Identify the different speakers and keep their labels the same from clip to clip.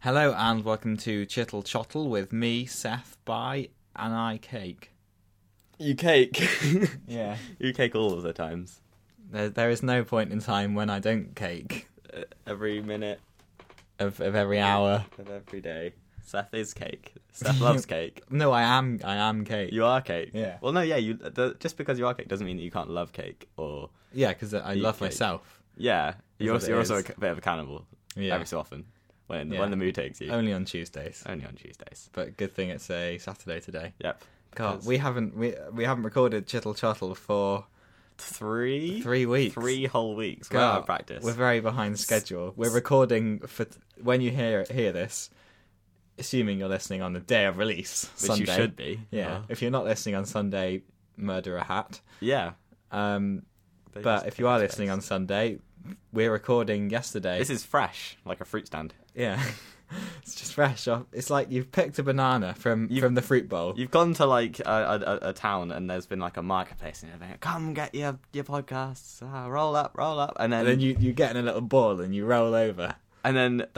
Speaker 1: Hello and welcome to Chittle Chottle with me, Seth, by and I Cake.
Speaker 2: You cake.
Speaker 1: Yeah.
Speaker 2: you cake all of the times.
Speaker 1: There, there is no point in time when I don't cake
Speaker 2: Uh, every minute
Speaker 1: of, of every hour.
Speaker 2: of every day. Seth is cake. Seth loves cake.
Speaker 1: No, I am I am cake.
Speaker 2: You are cake.
Speaker 1: Yeah.
Speaker 2: Well, no, yeah. You the, just because you are cake doesn't mean that you can't love cake or
Speaker 1: Yeah, because I
Speaker 2: You
Speaker 1: love
Speaker 2: cake.
Speaker 1: myself.
Speaker 2: yeah. You're
Speaker 1: what
Speaker 2: also,
Speaker 1: it
Speaker 2: you're also a
Speaker 1: is.
Speaker 2: c- bit of a cannibal
Speaker 1: Yeah.
Speaker 2: every so often when
Speaker 1: Yeah.
Speaker 2: when the mood takes you.
Speaker 1: Only on Tuesdays.
Speaker 2: Only on Tuesdays.
Speaker 1: But good thing it's a Saturday today.
Speaker 2: Yep.
Speaker 1: God,
Speaker 2: Because-
Speaker 1: we haven't we we haven't recorded Chittle Chottle for
Speaker 2: Three
Speaker 1: three weeks.
Speaker 2: three whole weeks. We're
Speaker 1: God,
Speaker 2: out of practice.
Speaker 1: We're very behind schedule. We're recording for t- when you hear hear this, assuming you're listening on the day of release,
Speaker 2: Which
Speaker 1: Sunday.
Speaker 2: you should be.
Speaker 1: Yeah.
Speaker 2: Oh.
Speaker 1: If you're not listening on Sunday, murder a hat.
Speaker 2: Yeah.
Speaker 1: Um,
Speaker 2: They
Speaker 1: but
Speaker 2: just
Speaker 1: if
Speaker 2: take
Speaker 1: you are
Speaker 2: up space.
Speaker 1: listening on Sunday, we're recording yesterday.
Speaker 2: this is fresh, like a fruit stand.
Speaker 1: yeah. it's just fresh off. It's like you've picked a banana from
Speaker 2: You've-
Speaker 1: from the fruit bowl.
Speaker 2: You've gone to like a, a, a town and there's been like a marketplace and everything. Come get your your podcasts. Ah, roll up, roll up, and then
Speaker 1: and then you, you get in a little ball and you roll over.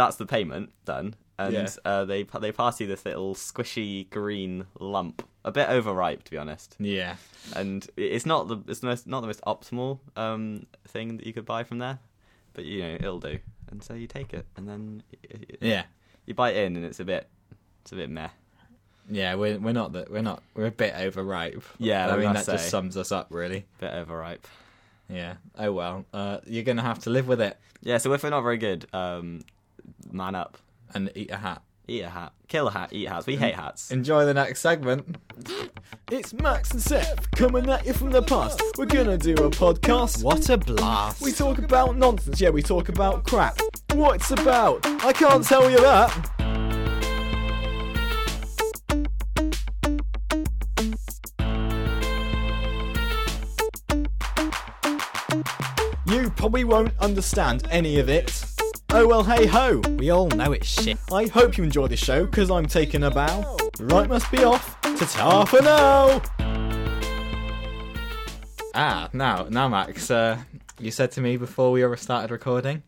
Speaker 2: that's the payment done. And
Speaker 1: Yeah.
Speaker 2: uh, they pa- they pass you this little squishy green lump, a bit overripe to be honest.
Speaker 1: Yeah.
Speaker 2: And i- it's not the it's not, not the most optimal um thing that you could buy from there, but you know it'll do. And so you take it, and then y- y-
Speaker 1: Yeah.
Speaker 2: you bite in, and it's a bit it's a bit meh.
Speaker 1: Yeah, we're we're not that we're not we're a bit overripe.
Speaker 2: Yeah,
Speaker 1: I
Speaker 2: we
Speaker 1: mean that
Speaker 2: must
Speaker 1: just
Speaker 2: say.
Speaker 1: sums us up really.
Speaker 2: Bit overripe.
Speaker 1: Yeah. Oh well, uh, you're gonna have to live with it
Speaker 2: Yeah. So if we're not very good, um, man up.
Speaker 1: and eat a hat.
Speaker 2: Eat a hat. Kill a hat. Eat hats. We hate hats.
Speaker 1: Enjoy the next segment.
Speaker 3: It's Max and Seth coming at you from the past. We're gonna do a podcast.
Speaker 1: What a blast!
Speaker 3: We talk about nonsense, yeah, we talk about crap. What it's about, I can't tell you that. You probably won't understand any of it. Oh well, hey ho.
Speaker 1: we all know it's shit.
Speaker 3: I hope you enjoy this show because I'm taking a bow. Right, must be off. Ta ta for now.
Speaker 1: Ah, now, now, Max, uh, you said to me before we ever started recording,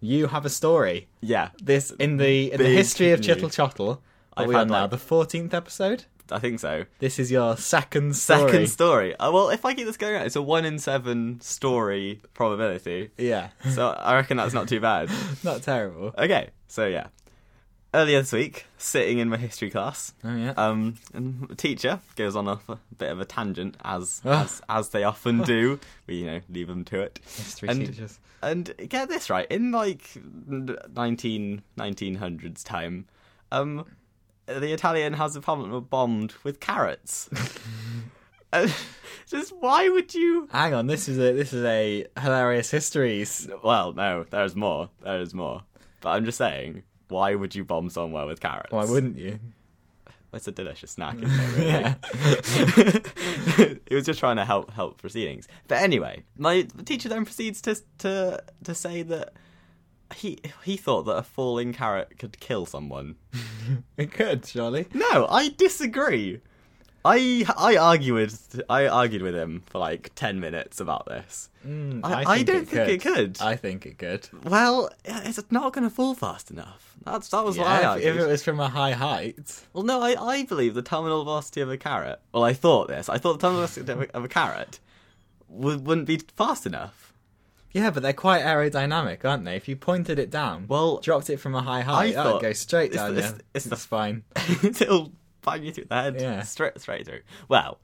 Speaker 1: you have a story.
Speaker 2: Yeah.
Speaker 1: This in the in the
Speaker 2: Big
Speaker 1: history of
Speaker 2: news.
Speaker 1: Chittle Chottle. Are
Speaker 2: I've
Speaker 1: we on
Speaker 2: had,
Speaker 1: now
Speaker 2: like-
Speaker 1: the fourteenth episode?
Speaker 2: I think so.
Speaker 1: This is your second story.
Speaker 2: Second story. Uh, well, if I keep this going, out, it's a one in seven story probability.
Speaker 1: yeah,
Speaker 2: So I reckon that's not too bad.
Speaker 1: not terrible.
Speaker 2: Okay. So yeah. Earlier this week, sitting in my history class,
Speaker 1: Oh yeah.
Speaker 2: um, and the teacher goes on a, a bit of a tangent as
Speaker 1: Ah.
Speaker 2: as as they often do. We you know leave them to it.
Speaker 1: History
Speaker 2: and-
Speaker 1: teachers.
Speaker 2: And get this right, in like 19, 1900s time, um, the Italian House of Parliament were bombed with carrots. And just why would you?
Speaker 1: Hang on, this is a this is a hilarious histories.
Speaker 2: Well, no, there's more. There is more. But I'm just saying, why would you bomb somewhere with carrots?
Speaker 1: Why wouldn't you?
Speaker 2: It's a delicious snack. Isn't it, really?
Speaker 1: Yeah.
Speaker 2: it was just trying to help help proceedings. But anyway, my teacher then proceeds to to to say that he he thought that a falling carrot could kill someone.
Speaker 1: It could, surely.
Speaker 2: No, I disagree. I I argued with I argued with him for like ten minutes about this.
Speaker 1: Mm,
Speaker 2: I- I don't think it could.
Speaker 1: I think it could.
Speaker 2: Well, it's not going to fall fast enough. That's that was why I
Speaker 1: Yeah, if, if
Speaker 2: argued.
Speaker 1: it was from a high height.
Speaker 2: Well, no, I, I believe the terminal velocity of a carrot. Well, I thought this. I thought the terminal velocity of a, of a carrot would, wouldn't be fast enough.
Speaker 1: Yeah, but they're quite aerodynamic, aren't they? If you pointed it down,
Speaker 2: Well,
Speaker 1: dropped it from a high height, that would
Speaker 2: thought-
Speaker 1: go straight
Speaker 2: it's
Speaker 1: down.
Speaker 2: the-
Speaker 1: yeah.
Speaker 2: it's- it's the-
Speaker 1: That's fine.
Speaker 2: It'll bang you through the head,
Speaker 1: Yeah.
Speaker 2: straight straight through. Well,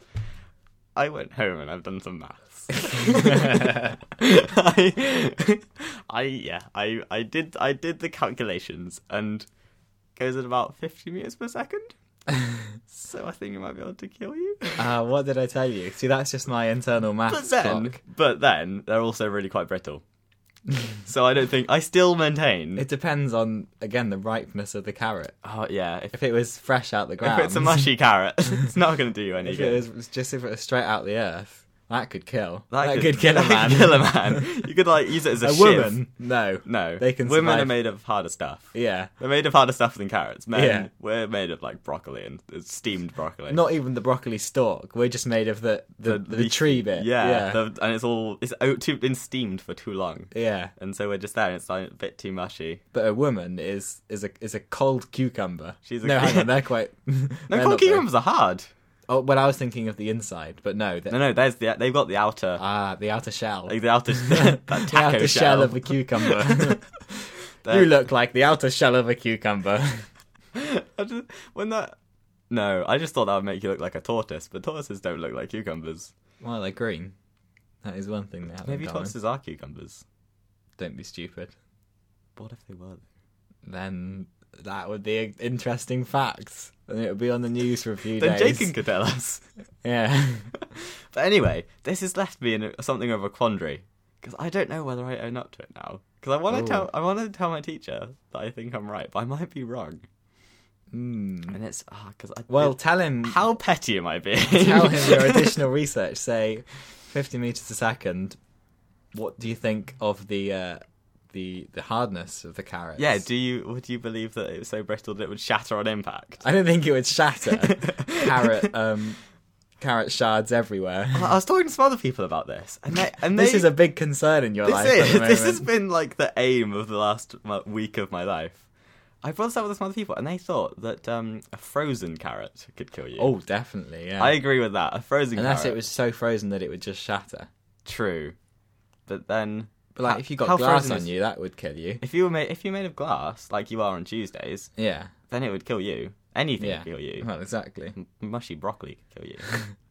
Speaker 2: I went home and I've done some maths. I, I yeah, I I did I did the calculations and it goes at about fifty meters per second. so I think it might be able to kill you.
Speaker 1: Uh, what did I tell you? See, that's just my internal
Speaker 2: But
Speaker 1: maths
Speaker 2: then,
Speaker 1: clock.
Speaker 2: but then they're also really quite brittle. so I don't think I still maintain.
Speaker 1: It depends on again the ripeness of the carrot.
Speaker 2: oh yeah, if,
Speaker 1: If it was fresh out the
Speaker 2: if
Speaker 1: ground,
Speaker 2: it's a mushy carrot, it's not going to do you any
Speaker 1: if it
Speaker 2: good.
Speaker 1: was just if it was straight out the earth, That could kill.
Speaker 2: That, could,
Speaker 1: kill a
Speaker 2: that
Speaker 1: man.
Speaker 2: could kill a man. You could like use it as a,
Speaker 1: A
Speaker 2: shiv.
Speaker 1: woman? No.
Speaker 2: No,
Speaker 1: They can
Speaker 2: Women
Speaker 1: survive.
Speaker 2: are made of harder stuff.
Speaker 1: Yeah.
Speaker 2: They're made of harder stuff than carrots. Men,
Speaker 1: Yeah.
Speaker 2: we're made of like broccoli and uh, steamed broccoli.
Speaker 1: Not even the broccoli stalk. We're just made of the the, the,
Speaker 2: leaf-
Speaker 1: tree bit.
Speaker 2: Yeah,
Speaker 1: Yeah.
Speaker 2: the- and it's all it's out too, been steamed for too long,
Speaker 1: yeah.
Speaker 2: and so we're just there, and it's like a bit too mushy.
Speaker 1: But a woman is is a is a cold cucumber.
Speaker 2: She's a-
Speaker 1: no, hang on. They're quite.
Speaker 2: No,
Speaker 1: they're
Speaker 2: cold
Speaker 1: not very-
Speaker 2: cucumbers are hard.
Speaker 1: Oh, well, I was thinking of the inside, but no. The,
Speaker 2: No, no, there's the they've got the outer,
Speaker 1: Ah, the outer shell.
Speaker 2: like the outer that taco
Speaker 1: the outer shell of a cucumber. you look like the outer shell of a cucumber.
Speaker 2: I just, when that. No, I just thought that would make you look like a tortoise, but tortoises don't look like cucumbers.
Speaker 1: well, they're green. That is one thing they have. in
Speaker 2: Maybe
Speaker 1: common.
Speaker 2: tortoises are cucumbers.
Speaker 1: Don't be stupid.
Speaker 2: What if they were?
Speaker 1: Then that would be an interesting fact, and it would be on the news for a few
Speaker 2: Then
Speaker 1: days.
Speaker 2: Jacob could tell us.
Speaker 1: Yeah.
Speaker 2: But anyway, this has left me in a, something of a quandary because I don't know whether I own up to it now. Because I want to
Speaker 1: Ooh.
Speaker 2: tell, I want to tell my teacher that I think I'm right, but I might be wrong.
Speaker 1: Hmm.
Speaker 2: And it's because I
Speaker 1: Well,
Speaker 2: it-
Speaker 1: tell him.
Speaker 2: how petty am I being?
Speaker 1: tell him your additional research. Say, fifty meters a second. What do you think of the uh, the the hardness of the carrots?
Speaker 2: yeah. Do you would you believe that it was so brittle that it would shatter on impact?
Speaker 1: I don't think it would shatter. carrot um, carrot shards everywhere.
Speaker 2: I I was talking to some other people about this, and they and
Speaker 1: This
Speaker 2: they,
Speaker 1: is a big concern in your
Speaker 2: this
Speaker 1: life.
Speaker 2: is-
Speaker 1: at the
Speaker 2: this has
Speaker 1: moment.
Speaker 2: been like the aim of the last mo- week of my life. I brought this up with some other people, and they thought that um, a frozen carrot could kill you.
Speaker 1: Oh, definitely. Yeah.
Speaker 2: I agree with that. A frozen
Speaker 1: Unless
Speaker 2: carrot.
Speaker 1: it was so frozen that it would just shatter.
Speaker 2: True, but then,
Speaker 1: But like,
Speaker 2: How-
Speaker 1: if you got
Speaker 2: how
Speaker 1: glass
Speaker 2: frozen
Speaker 1: on
Speaker 2: is-
Speaker 1: you, that would kill you.
Speaker 2: if you were made if you were made of glass like you are on Tuesdays,
Speaker 1: Yeah.
Speaker 2: then it would kill you. Anything
Speaker 1: Yeah.
Speaker 2: would kill you.
Speaker 1: Well, exactly.
Speaker 2: M- Mushy broccoli could kill you.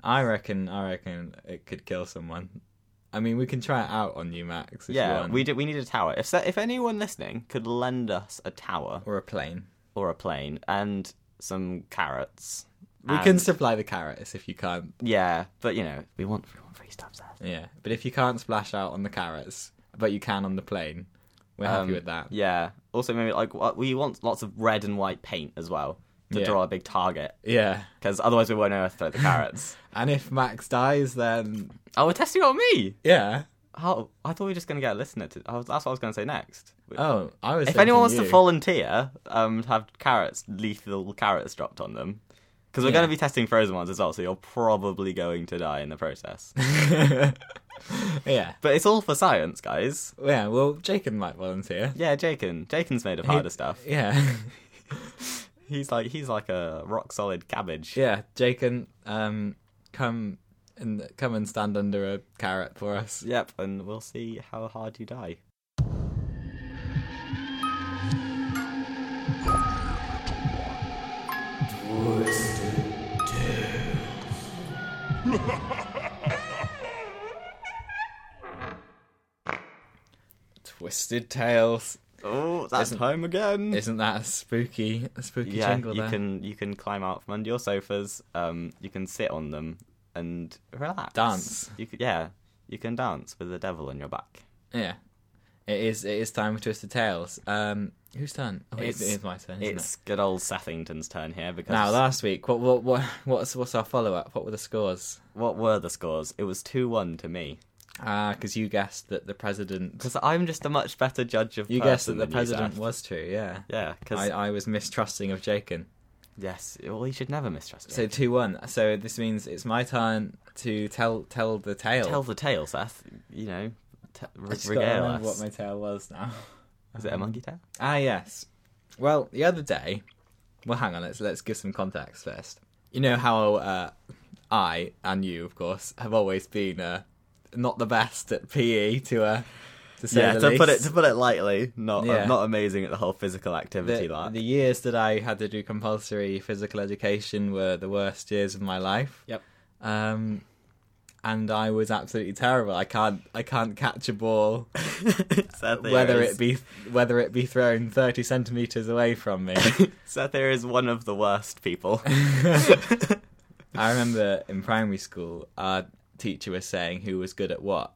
Speaker 1: I reckon. I reckon it could kill someone. I mean, we can try it out on you, Max. If you
Speaker 2: yeah,
Speaker 1: want.
Speaker 2: we do, we need a tower. If so, if anyone listening could lend us a tower
Speaker 1: or a plane.
Speaker 2: or a plane and some carrots,
Speaker 1: We can
Speaker 2: and-
Speaker 1: supply the carrots if you can't.
Speaker 2: Yeah, but you know, we want we want free stuff, Seth.
Speaker 1: Yeah, but if you can't splash out on the carrots, but you can on the plane, we're
Speaker 2: Um,
Speaker 1: happy with that.
Speaker 2: Yeah. Also, maybe like wha- we want lots of red and white paint as well to
Speaker 1: Yeah.
Speaker 2: draw a big target,
Speaker 1: Yeah,
Speaker 2: because otherwise we won't know where to throw the carrots.
Speaker 1: and if Max dies, then
Speaker 2: oh, we're testing on me.
Speaker 1: yeah.
Speaker 2: Oh, I thought we were just gonna get a listener to. I was, that's what I was gonna say next.
Speaker 1: Oh, I was.
Speaker 2: if anyone wants to
Speaker 1: thinking you.
Speaker 2: volunteer, um, to have carrots, lethal carrots dropped on them, because we're
Speaker 1: Yeah.
Speaker 2: gonna be testing frozen ones as well, so you're probably going to die in the process.
Speaker 1: yeah,
Speaker 2: but it's all for science, guys.
Speaker 1: yeah. Well, Jacob might volunteer.
Speaker 2: Yeah, Jakin. Jakin's made of harder stuff.
Speaker 1: Yeah,
Speaker 2: He's like he's like a rock solid cabbage.
Speaker 1: yeah. Jacob, um, come and come and stand under a carrot for us.
Speaker 2: Yep, and we'll see how hard you die.
Speaker 1: Twisted tails.
Speaker 2: Oh, that's home again.
Speaker 1: Isn't that a spooky, a spooky
Speaker 2: Yeah,
Speaker 1: jingle?
Speaker 2: you
Speaker 1: there?
Speaker 2: can you can climb out from under your sofas. Um, you can sit on them and relax.
Speaker 1: Dance.
Speaker 2: You c yeah, you can dance with the devil on your back.
Speaker 1: Yeah. It is it is time for Twisted Tales. Um whose turn? Oh, it's,
Speaker 2: It's-
Speaker 1: it is my turn, isn't
Speaker 2: It's good old Sethington's turn here
Speaker 1: it?
Speaker 2: because
Speaker 1: Now last week, what what what what's what's our follow up? What were the scores?
Speaker 2: what were the scores? It was two one to me
Speaker 1: Ah, because you guessed that the president
Speaker 2: because I'm just a much better judge of
Speaker 1: You
Speaker 2: person
Speaker 1: guessed that the
Speaker 2: than you, Seth.
Speaker 1: president was true, yeah.
Speaker 2: Yeah, because
Speaker 1: I, I was mistrusting of Jacob.
Speaker 2: yes, well, you should never mistrust.
Speaker 1: So
Speaker 2: So
Speaker 1: two one. So this means it's my turn to tell tell the tale.
Speaker 2: tell the tale, Seth. You know, t-
Speaker 1: I
Speaker 2: re-
Speaker 1: just gotta
Speaker 2: regale
Speaker 1: remember
Speaker 2: us.
Speaker 1: what my tale was now.
Speaker 2: Is it a monkey tail?
Speaker 1: Ah, yes. Well, the other day, well, hang on. Let's let's give some context first. You know how uh, I and you, of course, have always been uh, not the best at PE to uh, to say
Speaker 2: yeah,
Speaker 1: the
Speaker 2: to put it
Speaker 1: least.
Speaker 2: to put it lightly, not uh,
Speaker 1: Yeah.
Speaker 2: not amazing at the whole physical activity
Speaker 1: the,
Speaker 2: lot.
Speaker 1: the years that I had to do compulsory physical education were the worst years of my life.
Speaker 2: Yep.
Speaker 1: Um, and I was absolutely terrible. I can't I can't catch a ball,
Speaker 2: Seth here
Speaker 1: whether
Speaker 2: is-
Speaker 1: it be whether it be thrown thirty centimeters away from me.
Speaker 2: Seth here is one of the worst people.
Speaker 1: I remember in primary school, our teacher was saying who was good at what,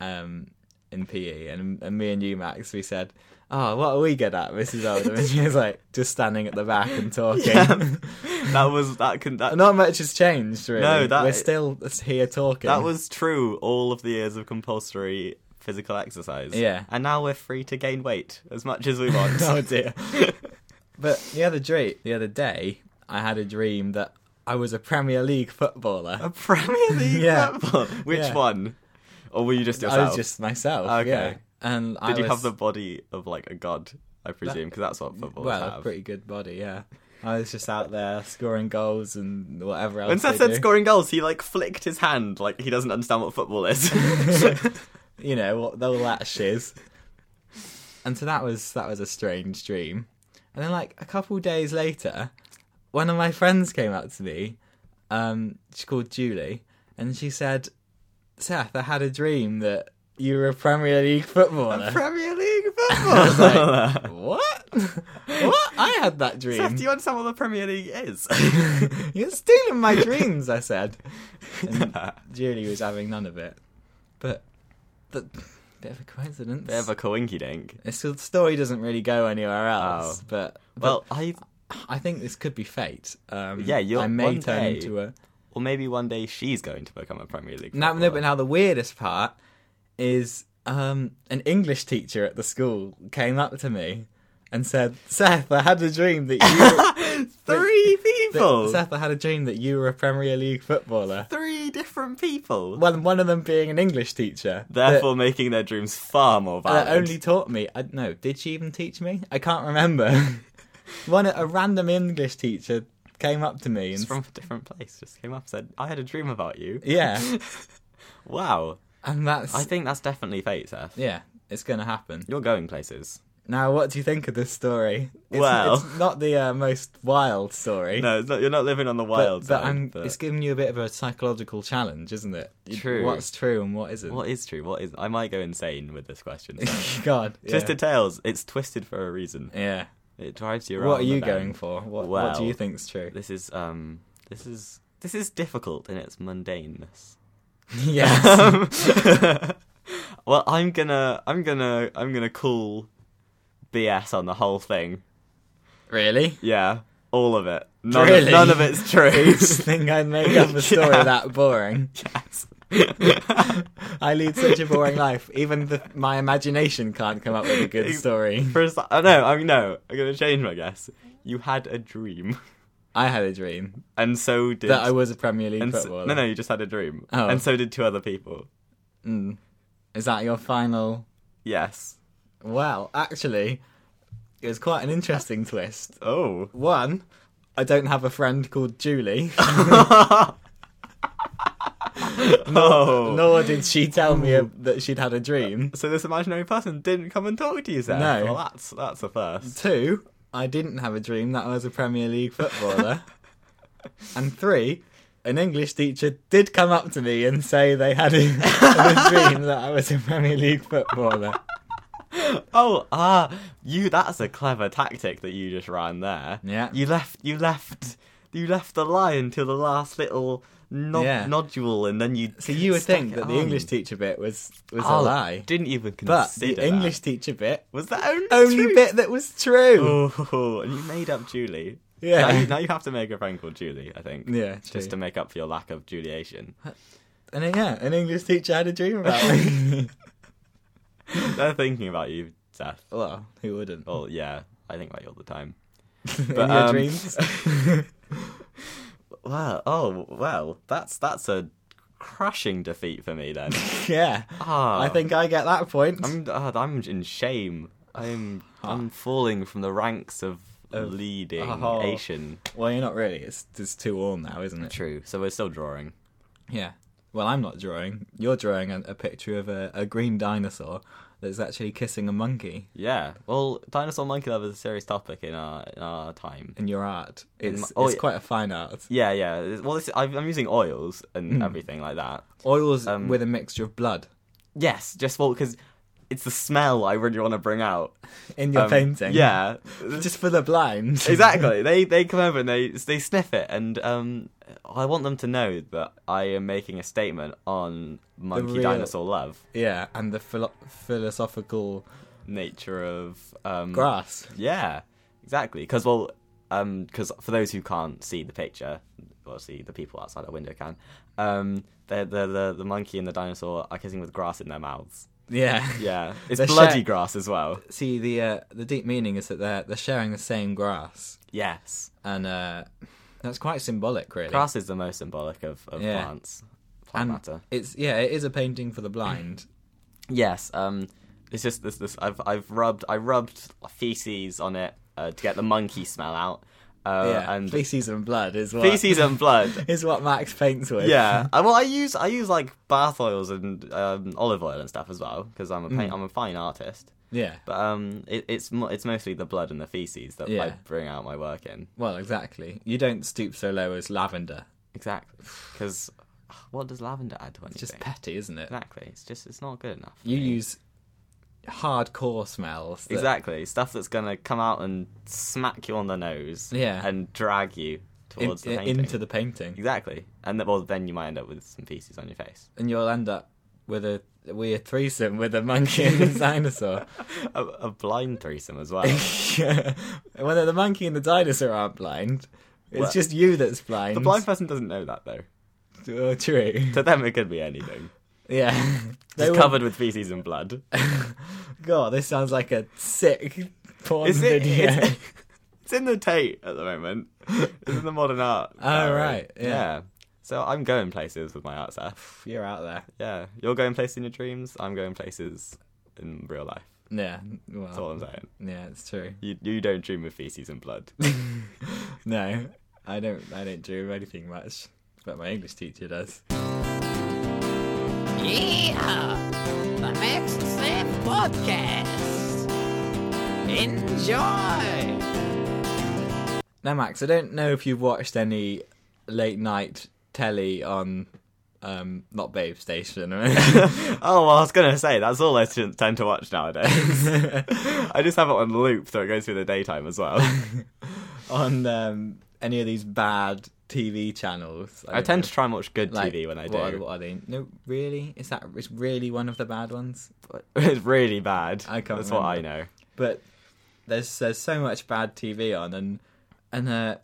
Speaker 1: um, in PE, and, and me and you, Max, we said, "Oh, what are we good at, Mrs. Oldham?" and she was like, "Just standing at the back and talking."
Speaker 2: that was that can that,
Speaker 1: Not much has changed, really.
Speaker 2: No, that-
Speaker 1: we're still here talking.
Speaker 2: that was true all of the years of compulsory physical exercise.
Speaker 1: Yeah.
Speaker 2: And now we're free to gain weight as much as we want.
Speaker 1: oh dear. but the other dream, the other day, I had a dream that I was a Premier League footballer.
Speaker 2: A Premier League
Speaker 1: Yeah.
Speaker 2: football. Which
Speaker 1: Yeah.
Speaker 2: one? Or were you just yourself?
Speaker 1: I was just myself.
Speaker 2: Okay.
Speaker 1: yeah. And I
Speaker 2: Did you have
Speaker 1: was-
Speaker 2: the body of like a god? I presume because that's what footballers
Speaker 1: well, a
Speaker 2: have.
Speaker 1: pretty good body? Yeah. I was just out there scoring goals and whatever else.
Speaker 2: When Seth
Speaker 1: they
Speaker 2: said
Speaker 1: do.
Speaker 2: scoring goals, he like flicked his hand like he doesn't understand what football is.
Speaker 1: you know what all that shiz. And so that was that was a strange dream. And then like a couple days later, one of my friends came up to me. Um, she called Julie, and she said, "Seth, I had a dream that you were a Premier League footballer."
Speaker 2: Premier League
Speaker 1: I was
Speaker 2: football.
Speaker 1: like, what? what? I had that dream.
Speaker 2: Seth, do you understand what the Premier League is?
Speaker 1: You're stealing my dreams, I said. And Julie was having none of it. But the bit of a coincidence.
Speaker 2: Bit of a coinky dink.
Speaker 1: It's, the story doesn't really go anywhere else,
Speaker 2: Oh.
Speaker 1: but, but
Speaker 2: Well, I
Speaker 1: I think this could be fate. Um,
Speaker 2: Yeah, you're-
Speaker 1: I may
Speaker 2: one
Speaker 1: turn
Speaker 2: day-
Speaker 1: into a.
Speaker 2: or maybe one day she's going to become a Premier League.
Speaker 1: Now, no,
Speaker 2: footballer.
Speaker 1: but now the weirdest part is um, an English teacher at the school came up to me and said, "Seth, I had a dream that you."
Speaker 2: three people,
Speaker 1: Seth, I had a dream that you were a Premier League footballer.
Speaker 2: three different people,
Speaker 1: One, one of them being an English teacher. that-
Speaker 2: therefore making their dreams far more
Speaker 1: that
Speaker 2: valid.
Speaker 1: only taught me. I, no, did she even teach me? I can't remember. One, a random English teacher came up to me and
Speaker 2: It's from a different place. Just came up, said, "I had a dream about you."
Speaker 1: yeah,
Speaker 2: Wow,
Speaker 1: and that's
Speaker 2: I think that's definitely fate, Seth.
Speaker 1: yeah, it's gonna happen.
Speaker 2: You're going places.
Speaker 1: Now, what do you think of this story? It's,
Speaker 2: Well-
Speaker 1: it's not the uh, most wild story.
Speaker 2: No, it's not, you're not living on the
Speaker 1: Eh. but,
Speaker 2: wild
Speaker 1: but
Speaker 2: side,
Speaker 1: I'm,
Speaker 2: but-
Speaker 1: it's giving you a bit of a psychological challenge, isn't it? You-
Speaker 2: True.
Speaker 1: What's true and what isn't?
Speaker 2: What is true? What is? I might go insane with this question.
Speaker 1: God, yeah.
Speaker 2: Twisted Tales. It's twisted for a reason.
Speaker 1: Yeah.
Speaker 2: It drives you around.
Speaker 1: What are you
Speaker 2: but then-
Speaker 1: going for? What, what
Speaker 2: Well,
Speaker 1: do you think's true?
Speaker 2: This is um. This is this is difficult in its mundaneness.
Speaker 1: yes.
Speaker 2: Well, I'm gonna I'm gonna I'm gonna call BS on the whole thing.
Speaker 1: really?
Speaker 2: Yeah, all of it. None,
Speaker 1: Really?
Speaker 2: of, none of it's true.
Speaker 1: Just think I'd make up a story
Speaker 2: Yeah.
Speaker 1: that boring. I lead such a boring life. Even the, my imagination can't come up with a good
Speaker 2: Ex-
Speaker 1: story.
Speaker 2: First, oh, no, I'm no. I'm gonna change my guess. You had a dream,
Speaker 1: I had a dream
Speaker 2: and so did
Speaker 1: that I was a Premier League
Speaker 2: and so-
Speaker 1: footballer.
Speaker 2: no, no. You just had a dream,
Speaker 1: Oh.
Speaker 2: and so did two other people.
Speaker 1: Mm. Is that your final?
Speaker 2: Yes.
Speaker 1: Well, actually, it was quite an interesting twist.
Speaker 2: Oh.
Speaker 1: One, I don't have a friend called Julie,
Speaker 2: Oh.
Speaker 1: nor did she tell me a, that she'd had a dream.
Speaker 2: So this imaginary person didn't come and talk to you, Seth.
Speaker 1: No.
Speaker 2: Well, that's that's a first.
Speaker 1: Two, I didn't have a dream that I was a Premier League footballer. and three, an English teacher did come up to me and say they had a, a dream that I was a Premier League footballer.
Speaker 2: Oh ah, you. That's a clever tactic that you just ran there.
Speaker 1: Yeah.
Speaker 2: You left. You left. You left the lie until the last little nod,
Speaker 1: Yeah.
Speaker 2: nodule, and then you.
Speaker 1: So you would
Speaker 2: stuck
Speaker 1: think
Speaker 2: it
Speaker 1: that the
Speaker 2: on.
Speaker 1: English teacher bit was was
Speaker 2: Oh,
Speaker 1: a lie,
Speaker 2: Didn't even consider.
Speaker 1: but the
Speaker 2: that.
Speaker 1: English teacher bit
Speaker 2: was the only,
Speaker 1: only
Speaker 2: truth.
Speaker 1: bit that was true.
Speaker 2: Oh, and you made up Julie.
Speaker 1: Yeah.
Speaker 2: Now you, now you have to make a friend called Julie. I think.
Speaker 1: Yeah, true.
Speaker 2: Just to make up for your lack of Juliation.
Speaker 1: And then, yeah, an English teacher had a dream about me.
Speaker 2: They're thinking about you, Seth.
Speaker 1: well, who wouldn't?
Speaker 2: Well, yeah, I think about you all the time.
Speaker 1: In
Speaker 2: but,
Speaker 1: your
Speaker 2: um,
Speaker 1: dreams.
Speaker 2: Wow. Oh, well, that's that's a crushing defeat for me then.
Speaker 1: yeah,
Speaker 2: Ah,
Speaker 1: I think I get that point.
Speaker 2: I'm ah, I'm in shame. I'm I'm falling from the ranks of leading
Speaker 1: Oh.
Speaker 2: Asian.
Speaker 1: Well, you're not really. It's it's two all now, isn't it?
Speaker 2: True. So we're still drawing.
Speaker 1: Yeah. Well, I'm not drawing. You're drawing a, a picture of a, a green dinosaur that's actually kissing a monkey
Speaker 2: Yeah. Well, dinosaur monkey love is a serious topic in our in our time.
Speaker 1: in your art. It's,
Speaker 2: my- oh,
Speaker 1: it's
Speaker 2: yeah.
Speaker 1: quite a fine art.
Speaker 2: Yeah, yeah. It's- Well, this, I've- I'm using
Speaker 1: Hmm.
Speaker 2: oils and everything like that.
Speaker 1: Oils with a mixture of blood.
Speaker 2: Yes, just well because it's the smell I really want to bring out.
Speaker 1: in your
Speaker 2: Um,
Speaker 1: painting.
Speaker 2: Yeah.
Speaker 1: Just for the blind.
Speaker 2: exactly. They they come over and they they sniff it, and um, I want them to know that I am making a statement on monkey
Speaker 1: real-
Speaker 2: dinosaur love,
Speaker 1: yeah, and the philo- philosophical
Speaker 2: nature of um,
Speaker 1: grass.
Speaker 2: yeah, exactly. Because well, um, because for those who can't see the picture, obviously the people outside the window can. Um, the the the, the monkey and the dinosaur are kissing with grass in their mouths.
Speaker 1: Yeah.
Speaker 2: Yeah, it's
Speaker 1: They're
Speaker 2: bloody
Speaker 1: share-
Speaker 2: grass as well.
Speaker 1: See the uh, the deep meaning is that they're they're sharing the same grass,
Speaker 2: Yes,
Speaker 1: and uh, that's quite symbolic, really.
Speaker 2: grass is the most symbolic of, of
Speaker 1: Yeah.
Speaker 2: plants. Plant
Speaker 1: and
Speaker 2: matter.
Speaker 1: it's yeah, it is a painting for the blind.
Speaker 2: Yes. Um. It's just this. This. I've. I've rubbed. I rubbed feces on it uh, to get the monkey smell out. Uh,
Speaker 1: yeah,
Speaker 2: And
Speaker 1: feces and blood is what
Speaker 2: feces and blood.
Speaker 1: is what Max paints with.
Speaker 2: yeah. Uh, Well, I use. I use like bath oils and um, olive oil and stuff as well because
Speaker 1: Hmm.
Speaker 2: I'm a paint, I'm a fine artist.
Speaker 1: yeah.
Speaker 2: But um, it, it's mo- it's mostly the blood and the feces that I
Speaker 1: Yeah.
Speaker 2: bring out my work in.
Speaker 1: Well, exactly. You don't stoop so low as lavender.
Speaker 2: Exactly. Because what does lavender add to anything?
Speaker 1: It's just petty, isn't it?
Speaker 2: exactly. It's just. It's not good enough.
Speaker 1: You use hardcore smells. that-
Speaker 2: Exactly, stuff that's gonna come out and smack you on the nose,
Speaker 1: Yeah.
Speaker 2: and drag you
Speaker 1: in-
Speaker 2: towards the
Speaker 1: in-
Speaker 2: painting.
Speaker 1: into the painting,
Speaker 2: exactly, and then, well, then you might end up with some feces on your face.
Speaker 1: and you'll end up with a weird threesome with a monkey and a dinosaur.
Speaker 2: A, a blind threesome as well.
Speaker 1: Whether the monkey and the dinosaur aren't blind, it's
Speaker 2: Well-
Speaker 1: just you that's blind.
Speaker 2: the blind person doesn't know that though.
Speaker 1: Oh, true.
Speaker 2: To them, it could be anything.
Speaker 1: Yeah. They
Speaker 2: It's
Speaker 1: were-
Speaker 2: covered with feces and blood.
Speaker 1: God, this sounds like a sick porn
Speaker 2: Is it?
Speaker 1: video.
Speaker 2: It's, it's in the Tate at the moment. It's in the modern art.
Speaker 1: Oh,
Speaker 2: gallery.
Speaker 1: right, yeah.
Speaker 2: So I'm going places with my art stuff.
Speaker 1: You're out there.
Speaker 2: Yeah, you're going places in your dreams. I'm going places in real life.
Speaker 1: Yeah.
Speaker 2: That's all
Speaker 1: Well,
Speaker 2: I'm saying.
Speaker 1: yeah, it's true.
Speaker 2: You you don't dream of feces and blood.
Speaker 1: No, I don't. I don't do anything much, but my English teacher does.
Speaker 4: Yeah, the Max and Sam podcast. Enjoy.
Speaker 1: Now, Max, I don't know if you've watched any late night telly on, um, not Babe Station.
Speaker 2: oh, well, I was gonna say that's all I t- tend to watch nowadays. I just have it on loop, so it goes through the daytime as well.
Speaker 1: on um, any of these bad TV channels.
Speaker 2: I
Speaker 1: don't
Speaker 2: tend
Speaker 1: know.
Speaker 2: to try and watch good
Speaker 1: Like,
Speaker 2: TV when I
Speaker 1: what Are,
Speaker 2: do.
Speaker 1: what are they? No, really? Is that is really one of the bad ones?
Speaker 2: it's really bad.
Speaker 1: I can't
Speaker 2: That's what I know.
Speaker 1: But there's there's so much bad TV on, and and uh,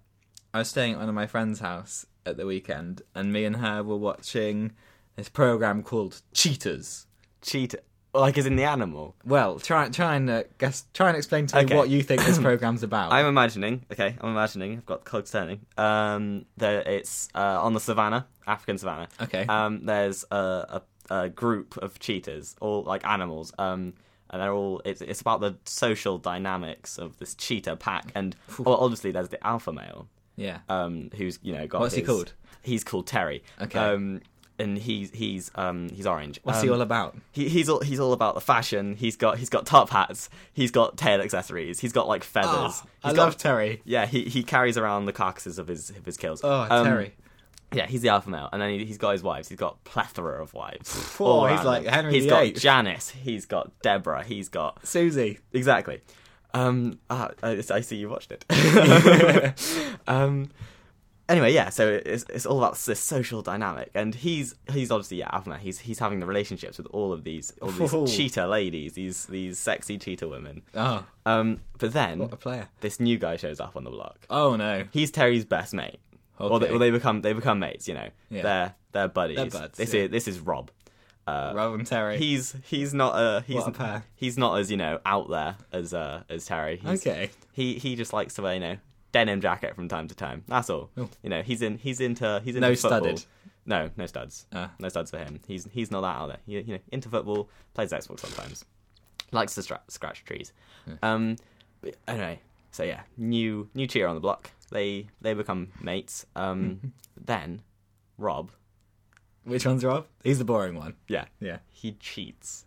Speaker 1: I was staying at one of my friend's house at the weekend, and me and her were watching this program called Cheaters.
Speaker 2: Cheat, like as in the animal.
Speaker 1: Well, try try and uh, guess, try and explain to me
Speaker 2: Okay.
Speaker 1: what you think this program's about.
Speaker 2: I'm imagining. Okay, I'm imagining. I've got the cogs turning. Um, there, it's uh, on the savannah, African savannah.
Speaker 1: Okay.
Speaker 2: Um, there's a, a, a group of cheetahs, all like animals. Um, and they're all. It's it's about the social dynamics of this cheetah pack, and well, obviously there's the alpha male.
Speaker 1: yeah.
Speaker 2: Um, who's you know got.
Speaker 1: What's he
Speaker 2: his-
Speaker 1: called?
Speaker 2: He's called Terry.
Speaker 1: Okay.
Speaker 2: Um, and he's he's um he's orange.
Speaker 1: What's he all about?
Speaker 2: He, he's all he's all about the fashion. He's got he's got top hats. He's got tail accessories. He's got like feathers.
Speaker 1: Oh, I
Speaker 2: He's got-
Speaker 1: love Terry.
Speaker 2: yeah, he, he carries around the carcasses of his of his kills.
Speaker 1: Oh,
Speaker 2: Um,
Speaker 1: Terry.
Speaker 2: Yeah, he's the alpha male, and then he, he's got his wives. He's got plethora of wives.
Speaker 1: Poor,
Speaker 2: all
Speaker 1: he's
Speaker 2: around
Speaker 1: like
Speaker 2: him.
Speaker 1: Henry
Speaker 2: He's
Speaker 1: VIII.
Speaker 2: got Janice. He's got Deborah. He's got
Speaker 1: Susie.
Speaker 2: exactly. Um, ah, I, I see you watched it. um, anyway, yeah. So it's it's all about this social dynamic, and he's he's obviously yeah alpha male. He's he's having the relationships with all of these all these
Speaker 1: Ooh.
Speaker 2: cheetah ladies, these these sexy cheetah women.
Speaker 1: Oh,
Speaker 2: Um, but then
Speaker 1: what a player.
Speaker 2: this new guy shows up on the block
Speaker 1: Oh no.
Speaker 2: he's Terry's best mate. Or, they,
Speaker 1: Okay.
Speaker 2: or they become they become mates, you know.
Speaker 1: Yeah.
Speaker 2: They're they're buddies.
Speaker 1: They're buds,
Speaker 2: this
Speaker 1: yeah.
Speaker 2: is this is Rob. Uh,
Speaker 1: Rob and Terry.
Speaker 2: He's he's not uh he's
Speaker 1: What a pair.
Speaker 2: he's not as you know out there as uh as Terry. He's,
Speaker 1: Okay.
Speaker 2: He he just likes to wear you know denim jacket from time to time. That's all.
Speaker 1: Oh.
Speaker 2: You know he's in he's into he's into
Speaker 1: No
Speaker 2: football.
Speaker 1: studded.
Speaker 2: No no studs.
Speaker 1: Ah.
Speaker 2: No studs for him. He's he's not that out there. You, you know into football plays Xbox sometimes. Likes to stra- scratch trees. Um, but anyway, so yeah, new new cheer on the block. They they become mates. Um, then Rob,
Speaker 1: Which one's Rob? He's the boring one.
Speaker 2: yeah,
Speaker 1: Yeah.
Speaker 2: he cheats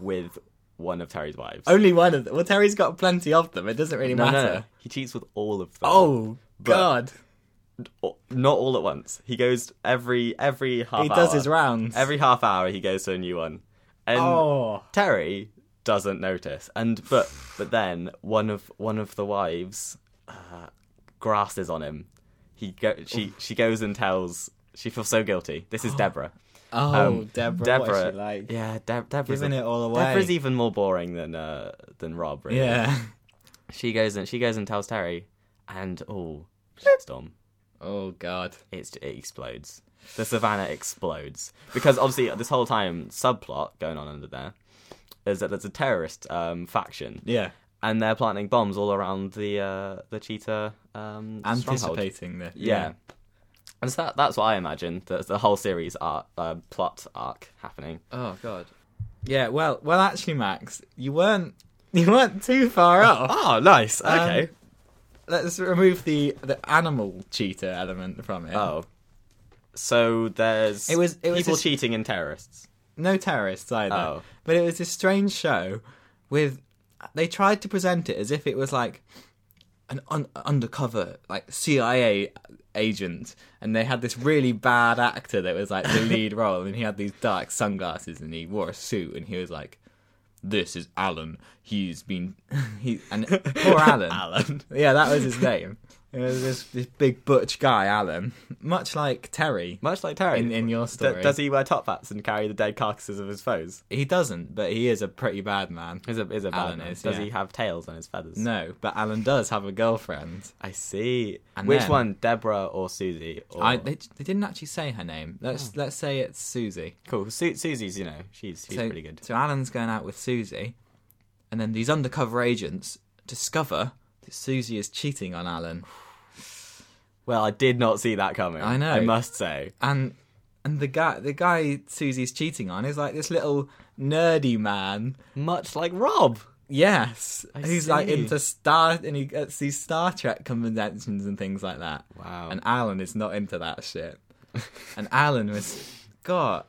Speaker 2: with one of Terry's wives.
Speaker 1: Only one of them. Well, Terry's got plenty of them. It doesn't really
Speaker 2: no,
Speaker 1: matter.
Speaker 2: no, no, he cheats with all of them.
Speaker 1: Oh God!
Speaker 2: O- not all at once. He goes every every half.
Speaker 1: He does
Speaker 2: hour.
Speaker 1: his rounds.
Speaker 2: Every half hour, he goes to a new one. And
Speaker 3: Oh.
Speaker 2: Terry doesn't notice, and but but then one of one of the wives uh, grasses on him. He go, she she goes and tells. She feels so guilty. This is Deborah.
Speaker 1: Oh,
Speaker 2: Um,
Speaker 1: Deborah.
Speaker 2: Deborah,
Speaker 3: what is she like?
Speaker 2: yeah, Deb- Deborah's
Speaker 1: Giving
Speaker 2: a-
Speaker 1: it all away.
Speaker 2: Deborah's even more boring than uh, than Rob. Really.
Speaker 1: Yeah.
Speaker 2: she goes and she goes and tells Terry, and oh, shitstorm!
Speaker 1: Oh God.
Speaker 2: It's it explodes. The savannah explodes because obviously this whole time subplot going on under there is that there's a terrorist um, faction
Speaker 1: Yeah.
Speaker 2: and they're planting bombs all around the uh, the cheetah um, stronghold.
Speaker 1: Anticipating that.
Speaker 2: Yeah. And so that, that's what I imagine that the whole series arc, uh, plot arc happening.
Speaker 1: Oh God. Yeah. Well. Well. Actually, Max, you weren't. You weren't too far off.
Speaker 2: Oh, nice.
Speaker 1: Okay. Let's remove the the animal cheater element from it.
Speaker 2: oh. So there's
Speaker 1: It was- it was
Speaker 2: people
Speaker 1: just-
Speaker 2: cheating and terrorists.
Speaker 1: No terrorists either.
Speaker 2: Oh.
Speaker 1: But it was this strange show with. They tried to present it as if it was like an un- undercover like CIA agent, and they had this really bad actor that was like the lead role, and he had these dark sunglasses, and he wore a suit, and he was like, "This is Alan. He's been he and poor Alan.
Speaker 2: Alan.
Speaker 1: yeah, that was his name. It was this, this big butch guy, Alan, much like Terry
Speaker 2: Much like Terry.
Speaker 1: in, in your
Speaker 2: D-
Speaker 1: story.
Speaker 2: does he wear top hats and carry the dead carcasses of his foes?
Speaker 1: He doesn't, but he is a pretty bad man.
Speaker 2: Is a is a
Speaker 1: Alan
Speaker 2: bad man.
Speaker 1: is,
Speaker 2: Does
Speaker 1: yeah.
Speaker 2: he have tails on his feathers?
Speaker 1: No, but Alan does have a girlfriend.
Speaker 2: I see.
Speaker 1: And
Speaker 2: Which
Speaker 1: then-
Speaker 2: one, Deborah or Susie? Or... Oh.
Speaker 1: I they, they didn't actually say her name. Let's let's say it's Susie.
Speaker 2: Cool. Su- Susie's, you know, she's she's
Speaker 1: so,
Speaker 2: pretty good.
Speaker 1: So Alan's going out with Susie, and then these undercover agents discover that Susie is cheating on Alan,
Speaker 2: Well, I did not see that coming.
Speaker 1: I know.
Speaker 2: I must say.
Speaker 1: and and the guy the guy Susie's cheating on is like this little nerdy man.
Speaker 2: Much like Rob.
Speaker 1: Yes, who's like
Speaker 2: see.
Speaker 1: into Star and he gets these Star Trek conventions and things like that.
Speaker 2: Wow.
Speaker 1: And Alan is not into that shit. and Alan was, God,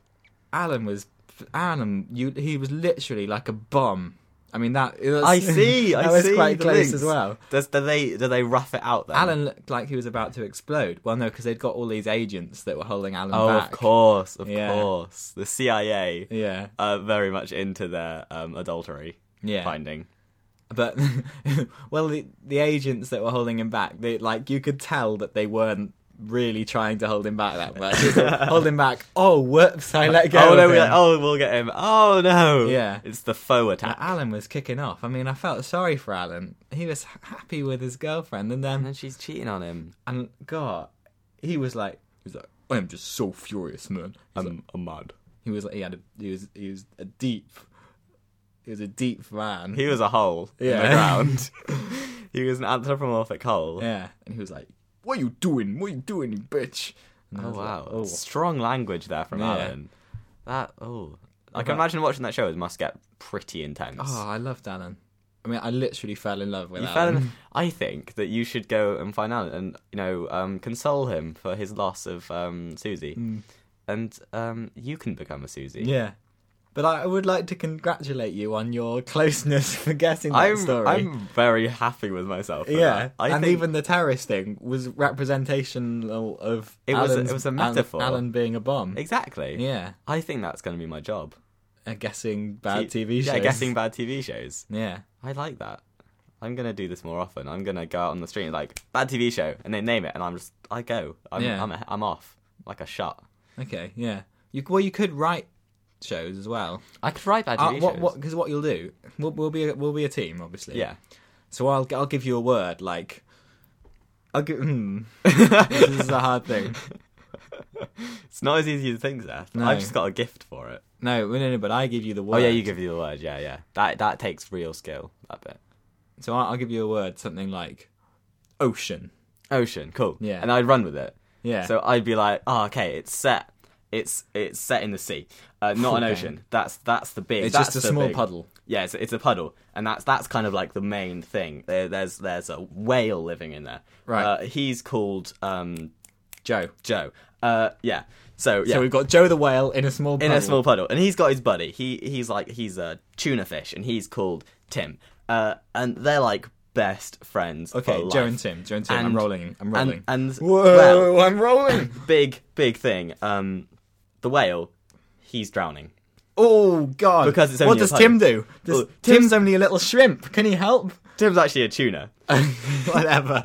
Speaker 1: Alan was, Alan, you, he was literally like a bomb. I mean that. It was,
Speaker 2: I see. I
Speaker 1: that was
Speaker 2: see
Speaker 1: quite
Speaker 2: the
Speaker 1: close
Speaker 2: links.
Speaker 1: as well.
Speaker 2: Does do they do they rough it out then?
Speaker 1: Alan looked like he was about to explode. Well, no, because they'd got all these agents that were holding Alan
Speaker 2: Oh,
Speaker 1: back.
Speaker 2: of course, of
Speaker 1: Yeah.
Speaker 2: course. The CIA
Speaker 1: Yeah,
Speaker 2: are very much into their um, adultery
Speaker 1: yeah.
Speaker 2: finding.
Speaker 1: But well, the the agents that were holding him back, they like you could tell that they weren't really trying to hold him back that much. It's like, hold him back. Oh, whoops! I let go.
Speaker 2: oh
Speaker 1: of
Speaker 2: no,
Speaker 1: him.
Speaker 2: we're like, oh we'll get him. Oh no.
Speaker 1: Yeah.
Speaker 2: It's the
Speaker 1: Uh,
Speaker 2: faux attack.
Speaker 1: Alan was kicking off. I mean, I felt sorry for Alan. He was h- happy with his girlfriend, and
Speaker 2: And
Speaker 1: then
Speaker 2: then she's cheating on him.
Speaker 1: and God, he was like, he was like, I am just so furious, man. He was, like,
Speaker 2: I'm a mud.
Speaker 1: he was like, he had a, he was, he was a deep, he was a deep man.
Speaker 2: He was a hole in the
Speaker 1: Yeah.
Speaker 2: ground. he was an anthropomorphic hole.
Speaker 1: yeah, and he was like, what are you doing? What are you doing, you bitch? And I
Speaker 2: Oh
Speaker 1: was
Speaker 2: wow.
Speaker 1: like, oh.
Speaker 2: Strong language there from
Speaker 1: Yeah.
Speaker 2: Alan. That oh I can imagine watching that show it must get pretty intense.
Speaker 1: Oh, I loved Alan. I mean, I literally fell in love with
Speaker 2: You fell
Speaker 1: Alan.
Speaker 2: in- I think that you should go and find Alan and you know um, console him for his loss of um, Susie, and um, you can become a Susie.
Speaker 1: Hmm. Yeah. But I would like to congratulate you on your closeness for guessing that
Speaker 2: I'm
Speaker 1: story.
Speaker 2: I'm very happy with myself. for
Speaker 1: yeah,
Speaker 2: that. I
Speaker 1: and
Speaker 2: think
Speaker 1: even the terrorist thing was representational of
Speaker 2: It was a-
Speaker 1: Alan's-
Speaker 2: it was a
Speaker 1: Alan-
Speaker 2: metaphor.
Speaker 1: Alan, being a bomb.
Speaker 2: exactly.
Speaker 1: Yeah,
Speaker 2: I think that's going to be my job.
Speaker 1: Uh, guessing bad TV shows.
Speaker 2: Yeah, guessing bad TV shows.
Speaker 1: Yeah,
Speaker 2: I like that. I'm gonna do this more often. I'm gonna go out on the street and like bad TV show, and they name it, and I'm just I go. I'm
Speaker 1: Yeah.
Speaker 2: I'm, a, I'm off like a shot.
Speaker 1: okay, yeah. You well, you could write shows as well.
Speaker 2: I could write bad
Speaker 1: Uh,
Speaker 2: TV
Speaker 1: what
Speaker 2: shows.
Speaker 1: what? Because what you'll do, we'll, we'll be a, we'll be a team, obviously.
Speaker 2: Yeah.
Speaker 1: So I'll I'll give you a word like. I'll give. Hmm. this is a hard thing.
Speaker 2: It's not as easy as you think, Seth.
Speaker 1: No.
Speaker 2: I've just got a gift for it.
Speaker 1: No, no, no. But I give you the word.
Speaker 2: Oh yeah, you give you the word. Yeah, yeah. That that takes real skill. That bit.
Speaker 1: So I'll, I'll give you a word, something like ocean.
Speaker 2: Ocean, cool.
Speaker 1: Yeah.
Speaker 2: And I'd run with it.
Speaker 1: Yeah.
Speaker 2: So I'd be like, oh, okay, it's set. It's it's set in the sea, uh, not an
Speaker 1: Okay.
Speaker 2: ocean. That's that's the big.
Speaker 1: It's
Speaker 2: that's
Speaker 1: just a
Speaker 2: the
Speaker 1: small
Speaker 2: big-
Speaker 1: puddle.
Speaker 2: Yeah, it's, it's a puddle, and that's that's kind of like the main thing. There, there's there's a whale living in there.
Speaker 1: Right.
Speaker 2: Uh, he's called um,
Speaker 1: Joe.
Speaker 2: Joe. Uh, yeah. So yeah.
Speaker 1: So we've got Joe the whale in a small
Speaker 2: in
Speaker 1: puddle.
Speaker 2: a small puddle, and he's got his buddy. He he's like he's a tuna fish, and he's called Tim. Uh, and they're like best friends. for
Speaker 1: Okay, Joe
Speaker 2: life.
Speaker 1: and Tim. Joe and Tim. I'm
Speaker 2: And-
Speaker 1: rolling. I'm rolling.
Speaker 2: And, and well,
Speaker 1: Whoa, I'm rolling.
Speaker 2: big big thing. Um, the whale, he's drowning.
Speaker 1: Oh God!
Speaker 2: Because it's
Speaker 1: what
Speaker 2: only a
Speaker 1: does
Speaker 2: pun.
Speaker 1: Tim do? Does-
Speaker 2: Well,
Speaker 1: Tim's only a little shrimp. Can he help?
Speaker 2: Tim's actually a tuna,
Speaker 1: Whatever.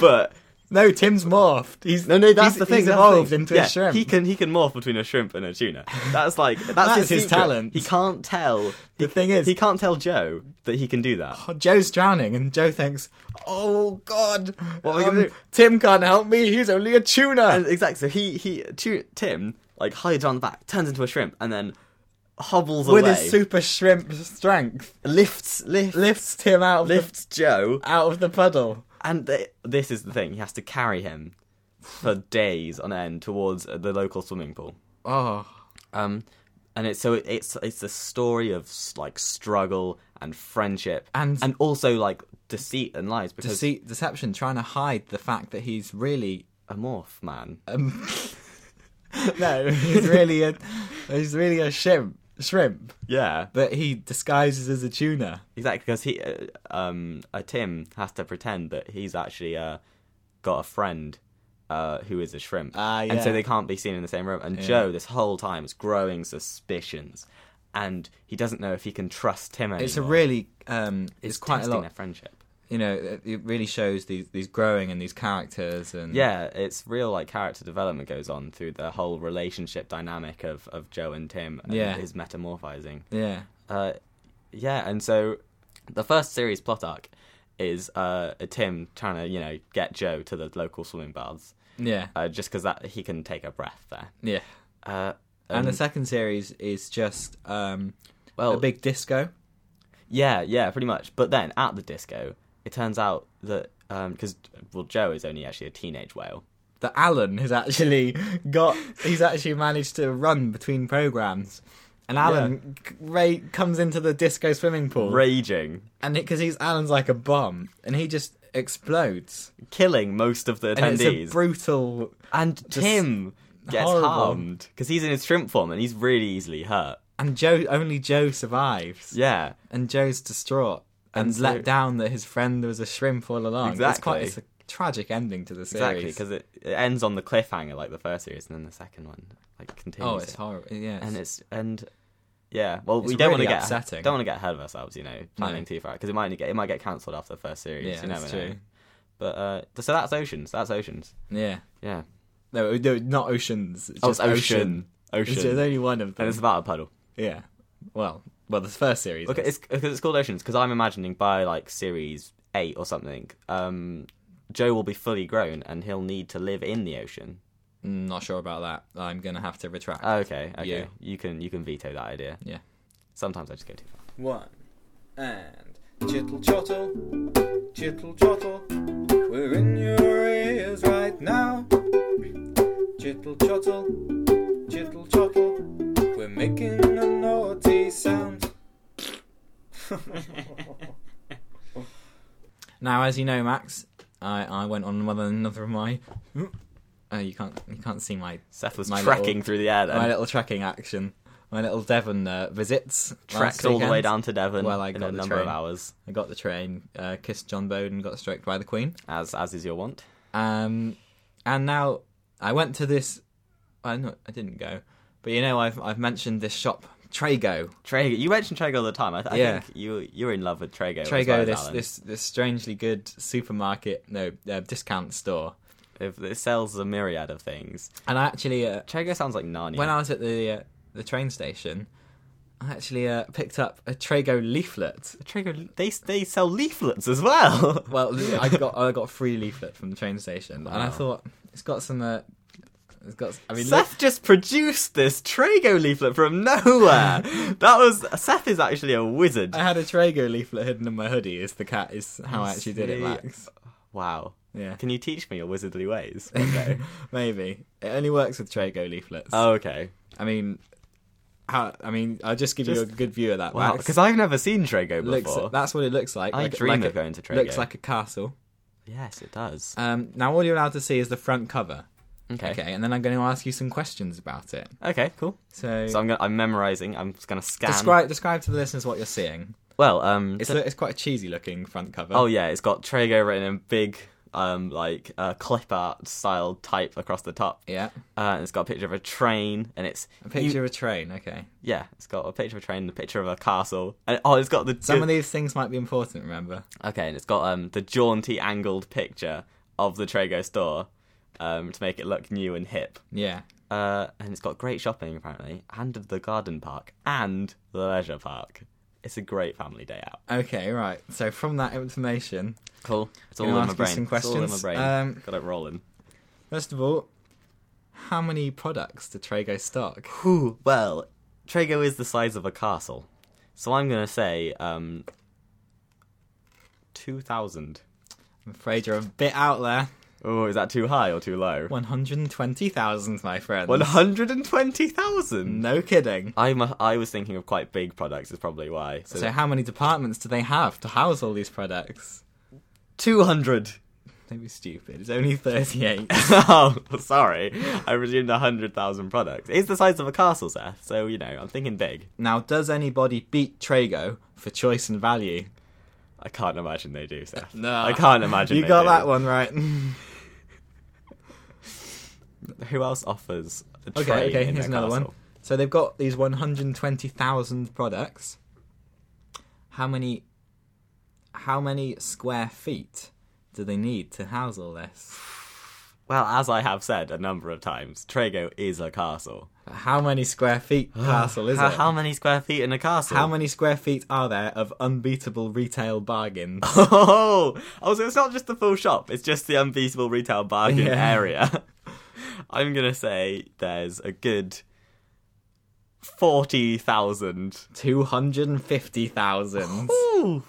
Speaker 2: but
Speaker 1: No, Tim's morphed. He's
Speaker 2: no, no, that's
Speaker 1: he's-
Speaker 2: the thing.
Speaker 1: He's
Speaker 2: that's the
Speaker 1: evolved
Speaker 2: thing.
Speaker 1: into
Speaker 2: yeah,
Speaker 1: a shrimp.
Speaker 2: He can he can morph between a shrimp and a tuna. That's like that's,
Speaker 1: That's his
Speaker 2: secret.
Speaker 1: talent.
Speaker 2: He can't tell.
Speaker 1: The thing is-
Speaker 2: he can't tell Joe that he can do that.
Speaker 1: Oh, Joe's drowning, and Joe thinks, "Oh God,
Speaker 2: What are we gonna do?"
Speaker 1: Tim can't help me. He's only a tuna."
Speaker 2: Um, And exactly. So he he tu- Tim like hides around the back, turns into a shrimp, and then hobbles
Speaker 1: With
Speaker 2: away.
Speaker 1: his super shrimp strength,
Speaker 2: lifts lifts
Speaker 1: lifts Tim out of
Speaker 2: lifts Joe,
Speaker 1: the, out of the puddle.
Speaker 2: and th- this is the thing. He has to carry him for days on end towards the local swimming pool.
Speaker 1: Oh,
Speaker 2: Um, and it's so it- it's it's a story of s- like struggle and friendship
Speaker 1: And-
Speaker 2: and also like deceit and lies because
Speaker 1: deceit, deception, trying to hide the fact that he's really
Speaker 2: a morph man.
Speaker 1: Uh, no, he's really a he's really a shrimp, shrimp,
Speaker 2: yeah,
Speaker 1: but he disguises as a tuna.
Speaker 2: exactly. Because he uh, um a Tim has to pretend that he's actually uh got a friend. Uh, who is a shrimp,
Speaker 1: Ah,
Speaker 2: and so
Speaker 1: yeah.
Speaker 2: they can't be seen in the same room. And Joe, this whole time, is growing suspicions, and he doesn't know if he can trust Tim anymore.
Speaker 1: It's a really um, it's,
Speaker 2: It's
Speaker 1: quite a
Speaker 2: testing
Speaker 1: lot.
Speaker 2: their friendship.
Speaker 1: You know, it it really shows these these growing and these characters and
Speaker 2: yeah, it's real like character development goes on through the whole relationship dynamic of, of Joe and Tim and
Speaker 1: Yeah.
Speaker 2: his metamorphizing.
Speaker 1: yeah.
Speaker 2: Uh, yeah, and so the first series plot arc is uh, Tim trying to you know get Joe to the local swimming baths
Speaker 1: Yeah,
Speaker 2: uh, just because that he can take a breath there.
Speaker 1: yeah.
Speaker 2: Uh,
Speaker 1: and the second series is just um,
Speaker 2: well,
Speaker 1: a big disco.
Speaker 2: yeah, yeah, pretty much. But then at the disco, it turns out that because well, Joe is only actually a teenage whale.
Speaker 1: That Alan has actually got. he's actually managed to run between programs, and Alan c Ray comes into the disco swimming pool,
Speaker 2: Raging,
Speaker 1: and because he's Alan's like a bomb, and he just explodes,
Speaker 2: killing most of the
Speaker 1: and
Speaker 2: attendees.
Speaker 1: it's a brutal.
Speaker 2: And Tim gets
Speaker 1: horrible.
Speaker 2: harmed because he's in his shrimp form and he's really easily hurt.
Speaker 1: And Joe, only Joe survives,
Speaker 2: Yeah,
Speaker 1: and Joe's distraught and,
Speaker 2: And so-
Speaker 1: let down that his friend was a shrimp all along. It's quite it's
Speaker 2: Exactly.
Speaker 1: a tragic ending to the series.
Speaker 2: exactly. Because it, it ends on the cliffhanger like the first series, and then the second one like continues.
Speaker 1: oh, it's
Speaker 2: it.
Speaker 1: horrible. Yeah,
Speaker 2: and it's and yeah. Well, we
Speaker 1: It's
Speaker 2: don't
Speaker 1: really
Speaker 2: want to
Speaker 1: upsetting.
Speaker 2: get don't want to get ahead of ourselves, you know, planning
Speaker 1: No.
Speaker 2: too far because it might get it might get cancelled after the first series.
Speaker 1: yeah,
Speaker 2: you never
Speaker 1: that's
Speaker 2: know.
Speaker 1: true.
Speaker 2: But uh, so that's oceans. That's oceans.
Speaker 1: Yeah.
Speaker 2: Yeah.
Speaker 1: No, no, not oceans. It's
Speaker 2: Oh, it's
Speaker 1: just
Speaker 2: ocean. Ocean.
Speaker 1: It's just only one of them.
Speaker 2: and it's about a puddle.
Speaker 1: Yeah. Well, well, the first series.
Speaker 2: Okay,
Speaker 1: is.
Speaker 2: it's because it's called Oceans. Because I'm imagining by like series eight or something, um, Joe will be fully grown and he'll need to live in the ocean.
Speaker 1: Mm, not sure about that. I'm gonna have to retract.
Speaker 2: Okay, okay,
Speaker 1: Yeah.
Speaker 2: you can you can veto that idea.
Speaker 1: yeah.
Speaker 2: Sometimes I just go too far.
Speaker 5: One and chittle chottle, chittle chottle, we're in your ears right now. Chittle chottle, chittle chottle, we're making a naughty sound.
Speaker 1: Now, as you know, Max, I, I went on one another of my. Uh, you can't you can't see my
Speaker 2: Seth was
Speaker 1: my
Speaker 2: trekking
Speaker 1: little,
Speaker 2: through the air
Speaker 1: my
Speaker 2: then,
Speaker 1: little trekking action, my little Devon uh, visits. last
Speaker 2: trekked all the way
Speaker 1: weekend.
Speaker 2: down to Devon
Speaker 1: Well, I
Speaker 2: in
Speaker 1: got
Speaker 2: a
Speaker 1: the
Speaker 2: number
Speaker 1: train.
Speaker 2: of hours,
Speaker 1: I got the train, uh, kissed John Bowden, got stroked by the Queen.
Speaker 2: as as is your want.
Speaker 1: Um, and now I went to this. I not, I didn't go, but you know I've I've mentioned this shop Trago.
Speaker 2: Trago, you mentioned Trago all the time. I, th- I
Speaker 1: Yeah.
Speaker 2: think you you're in love with Trago. as well
Speaker 1: Trago,
Speaker 2: as
Speaker 1: this
Speaker 2: Alan.
Speaker 1: this this strangely good supermarket, no uh, discount store.
Speaker 2: If it sells a myriad of things.
Speaker 1: And I actually, uh,
Speaker 2: Trago sounds like Narnia.
Speaker 1: when I was at the uh, the train station, I actually uh, picked up a Trago leaflet.
Speaker 2: Trago, they they sell leaflets as well.
Speaker 1: Well, I got I got a free leaflet from the train station, and I
Speaker 2: Wow.
Speaker 1: thought it's got some. Uh, it's got. I mean, look-
Speaker 2: Seth just produced this Trago leaflet from nowhere. that was Seth is actually a wizard.
Speaker 1: I had a Trago leaflet hidden in my hoodie. Is the cat is how I actually did it,
Speaker 2: see.
Speaker 1: Max?
Speaker 2: Wow.
Speaker 1: Yeah.
Speaker 2: Can you teach me your wizardly ways? Okay.
Speaker 1: Maybe it only works with Trago leaflets.
Speaker 2: oh, okay.
Speaker 1: I mean, how? I mean, I'll just give you a
Speaker 2: Just-
Speaker 1: good view of that.
Speaker 2: Wow.
Speaker 1: Max.
Speaker 2: Because I've never seen Trago
Speaker 1: looks
Speaker 2: before.
Speaker 1: that's what it looks like.
Speaker 2: I
Speaker 1: like,
Speaker 2: dream
Speaker 1: like
Speaker 2: of
Speaker 1: a,
Speaker 2: going to Trago.
Speaker 1: Looks like a castle.
Speaker 2: Yes, it does.
Speaker 1: Um, now all you're allowed to see is the front cover.
Speaker 2: Okay.
Speaker 1: Um, Okay,
Speaker 2: Okay.
Speaker 1: and then I'm going to ask you some questions about it.
Speaker 2: cool.
Speaker 1: So,
Speaker 2: So I'm gonna, I'm memorizing. I'm just gonna scan.
Speaker 1: describe describe to the listeners what you're seeing.
Speaker 2: Well, um.
Speaker 1: It's
Speaker 2: so-
Speaker 1: it's quite a cheesy looking front cover.
Speaker 2: oh yeah, it's got Trago written in big um, like a clip art style type across the top.
Speaker 1: Yeah.
Speaker 2: Uh, and it's got a picture of a train, and it's
Speaker 1: A picture of a train. Okay.
Speaker 2: yeah, it's got a picture of a train, a picture of a castle, and oh, it's got the
Speaker 1: Some of these things might be important. Remember.
Speaker 2: okay, and it's got um the jaunty angled picture of the Trago store, um to make it look new and hip.
Speaker 1: Yeah.
Speaker 2: Uh, and it's got great shopping apparently, and the garden park and the leisure park. It's a great family day out.
Speaker 1: Okay. Right. So from that information,
Speaker 2: Cool. It's all
Speaker 1: Gonna
Speaker 2: in my
Speaker 1: ask you
Speaker 2: brain.
Speaker 1: some
Speaker 2: It's all in my
Speaker 1: questions.
Speaker 2: brain.
Speaker 1: Um,
Speaker 2: got it rolling.
Speaker 1: first of all, how many products did Trago stock?
Speaker 2: Whew, well, Trago is the size of a castle, so I'm gonna say um two thousand.
Speaker 1: I'm afraid you're a bit out there.
Speaker 2: Oh, is that too high or too low?
Speaker 1: One hundred twenty thousand, my friend.
Speaker 2: One hundred and twenty thousand.
Speaker 1: No kidding.
Speaker 2: I'm a, I was thinking of quite big products is probably why. So,
Speaker 1: So how many departments do they have to house all these products?
Speaker 2: two hundred.
Speaker 1: Don't be stupid. It's only thirty-eight.
Speaker 2: oh, sorry. I presumed hundred thousand products. It's the size of a castle, Seth. So you know, I'm thinking big.
Speaker 1: now, does anybody beat Trago for choice and value?
Speaker 2: I can't imagine they do, Seth.
Speaker 1: No.
Speaker 2: I can't imagine.
Speaker 1: You
Speaker 2: they
Speaker 1: got
Speaker 2: do.
Speaker 1: that one right.
Speaker 2: Who else offers? A
Speaker 1: okay,
Speaker 2: train
Speaker 1: okay.
Speaker 2: in
Speaker 1: Here's
Speaker 2: their
Speaker 1: another one.
Speaker 2: castle?
Speaker 1: So they've got these one hundred twenty thousand products. How many? How many square feet do they need to house all this?
Speaker 2: Well, as I have said a number of times, Trago is a castle.
Speaker 1: How many square feet castle is
Speaker 2: Ah. how,
Speaker 1: it?
Speaker 2: how many square feet in a castle?
Speaker 1: How many square feet are there of unbeatable retail bargains?
Speaker 2: Oh, oh, so it's not just the full shop; it's just the unbeatable retail bargain
Speaker 1: Yeah.
Speaker 2: area. I'm gonna say there's a good forty thousand.
Speaker 1: Two hundred and fifty thousand.
Speaker 2: Ooh,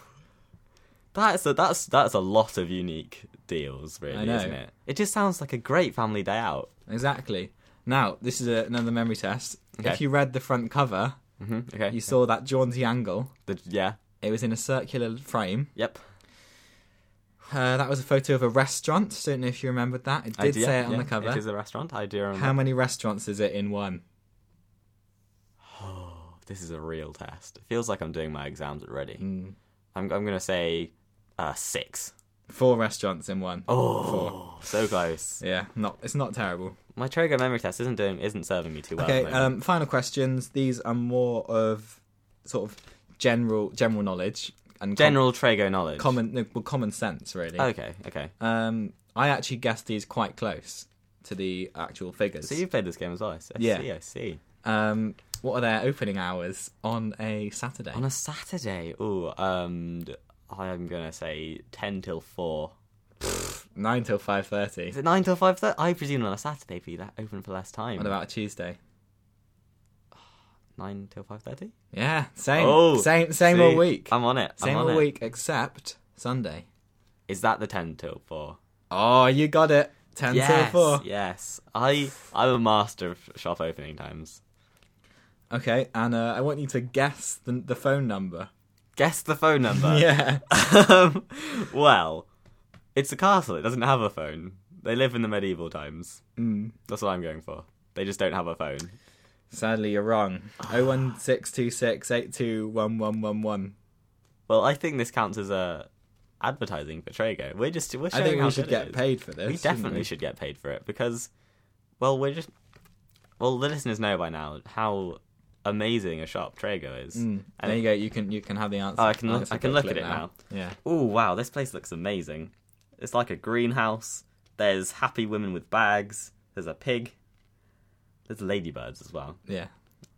Speaker 2: that's a that's that's a lot of unique deals, really,
Speaker 1: I know.
Speaker 2: isn't it? It just sounds like a great family day out.
Speaker 1: Exactly. Now, this is a, another memory test.
Speaker 2: Okay.
Speaker 1: If you read the front cover,
Speaker 2: Mm-hmm. Okay,
Speaker 1: you saw that jaunty angle.
Speaker 2: The- yeah,
Speaker 1: It was in a circular frame.
Speaker 2: yep.
Speaker 1: Uh, that was a photo of a restaurant. Don't know if you remembered that. It
Speaker 2: I
Speaker 1: did
Speaker 2: do- yeah,
Speaker 1: say it on
Speaker 2: yeah,
Speaker 1: the cover.
Speaker 2: It is a restaurant. I do remember.
Speaker 1: How many restaurants is it in one?
Speaker 2: This is a real test. It feels like I'm doing my exams already.
Speaker 1: Mm.
Speaker 2: I'm I'm gonna say uh, six.
Speaker 1: Four restaurants in one.
Speaker 2: Oh, so close.
Speaker 1: Yeah, not it's not terrible.
Speaker 2: My Trogo memory test isn't doing isn't serving me too well.
Speaker 1: Okay,
Speaker 2: at the moment.
Speaker 1: um, final questions. These are more of sort of general general knowledge and com-
Speaker 2: general Trago knowledge.
Speaker 1: common no, well, common sense really.
Speaker 2: Okay, okay.
Speaker 1: Um, I actually guessed these quite close to the actual figures.
Speaker 2: So you played this game as well. I see.
Speaker 1: Yeah.
Speaker 2: I see.
Speaker 1: Um, what are their opening hours on a Saturday?
Speaker 2: On a Saturday, ooh, um, d- I'm gonna say ten till four.
Speaker 1: Nine till five thirty.
Speaker 2: Is it nine till five thirty? I presume on a Saturday, be that open for less time.
Speaker 1: What about a Tuesday?
Speaker 2: nine till five thirty?
Speaker 1: Yeah, same,
Speaker 2: Oh,
Speaker 1: same, same all week.
Speaker 2: I'm on it. I'm
Speaker 1: same
Speaker 2: on
Speaker 1: all
Speaker 2: it.
Speaker 1: week except Sunday.
Speaker 2: Is that the ten till four?
Speaker 1: Oh, you got it. Ten till
Speaker 2: yes,
Speaker 1: four.
Speaker 2: yes. I I'm a master of shop opening times.
Speaker 1: Okay, and uh, I want you to guess the, the phone number.
Speaker 2: Guess the phone number.
Speaker 1: yeah.
Speaker 2: um, well, it's a castle. It doesn't have a phone. They live in the medieval times. Mm. That's what I'm going for. They just don't have a phone.
Speaker 1: Sadly, you're wrong. Oh one six two six eight two one one one one.
Speaker 2: Well, I think this counts as a advertising for Trago. We're just we're
Speaker 1: I
Speaker 2: showing
Speaker 1: think
Speaker 2: how
Speaker 1: we should
Speaker 2: good it
Speaker 1: get
Speaker 2: is.
Speaker 1: paid for this.
Speaker 2: We
Speaker 1: shouldn't
Speaker 2: definitely should get paid for it because, well, we're just well the listeners know by now how amazing a shop Trago is.
Speaker 1: Mm. There you go. You can you can have the answer.
Speaker 2: Oh, I can look-
Speaker 1: answer
Speaker 2: I can look
Speaker 1: booklet
Speaker 2: at it now.
Speaker 1: Yeah.
Speaker 2: Oh wow, this place looks amazing. It's like a greenhouse. There's happy women with bags. There's a pig. There's ladybirds as well.
Speaker 1: Yeah.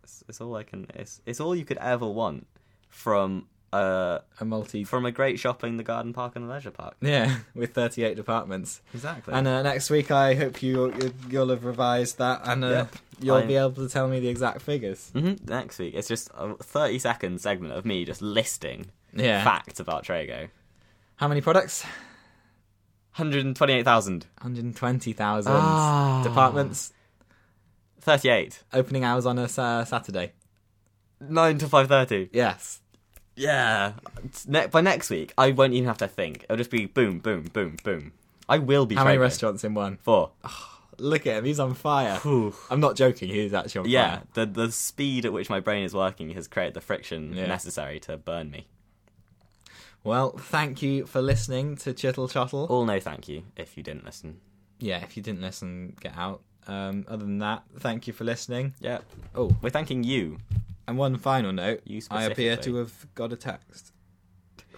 Speaker 2: It's, it's all I can. It's it's all you could ever want from a
Speaker 1: A multi.
Speaker 2: from a great shopping, the garden park, and the leisure park.
Speaker 1: Yeah, with 38 departments.
Speaker 2: Exactly.
Speaker 1: And uh, next week, I hope you you'll have revised that, and uh,
Speaker 2: Yep.
Speaker 1: you'll
Speaker 2: I-
Speaker 1: be able to tell me the exact figures.
Speaker 2: hmm Next week, it's just a thirty-second segment of me just listing
Speaker 1: Yeah.
Speaker 2: facts about Trago.
Speaker 1: How many products?
Speaker 2: Hundred and twenty-eight thousand
Speaker 1: 120,000
Speaker 2: Ah.
Speaker 1: departments.
Speaker 2: thirty-eight.
Speaker 1: Opening hours on a sa- Saturday.
Speaker 2: Nine to five thirty.
Speaker 1: Yes.
Speaker 2: Yeah. It's Ne- by next week, I won't even have to think. It'll just be boom, boom, boom, boom. I will be.
Speaker 1: How many Oh,
Speaker 2: Trago.
Speaker 1: restaurants in one?
Speaker 2: Four.
Speaker 1: Look at him, he's on fire.
Speaker 2: Phew.
Speaker 1: I'm not joking, he's actually on
Speaker 2: Yeah.
Speaker 1: fire.
Speaker 2: The the speed at which my brain is working has created the friction
Speaker 1: Yeah.
Speaker 2: necessary to burn me.
Speaker 1: Well, thank you for listening to Chittle Chottle.
Speaker 2: All no thank you if you didn't listen.
Speaker 1: Yeah, if you didn't listen, get out. Um, other than that, thank you for listening.
Speaker 2: Yeah.
Speaker 1: Oh,
Speaker 2: We're thanking you.
Speaker 1: and one final note.
Speaker 2: You
Speaker 1: I appear to
Speaker 2: specifically.
Speaker 1: have got a text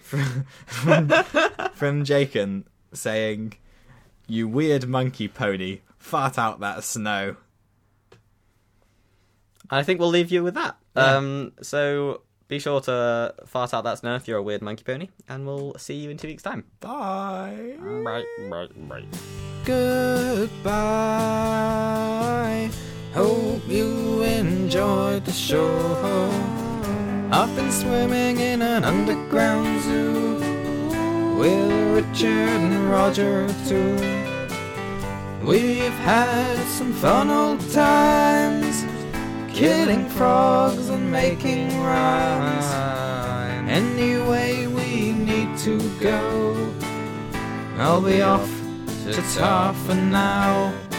Speaker 1: from, from, from Jakin saying, You weird monkey pony, fart out that snow.
Speaker 2: And I think we'll leave you with that. Um, so be sure to fart out that snow if you're a weird monkey pony, and we'll see you in two weeks' time.
Speaker 1: Bye.
Speaker 2: Right, right, right.
Speaker 1: Goodbye. Hope you enjoyed the show. I've been swimming in an underground zoo with Richard and Roger too. We've had some fun old times, killing frogs and making rhymes. Anyway, we need to go. I'll be off to tar for now.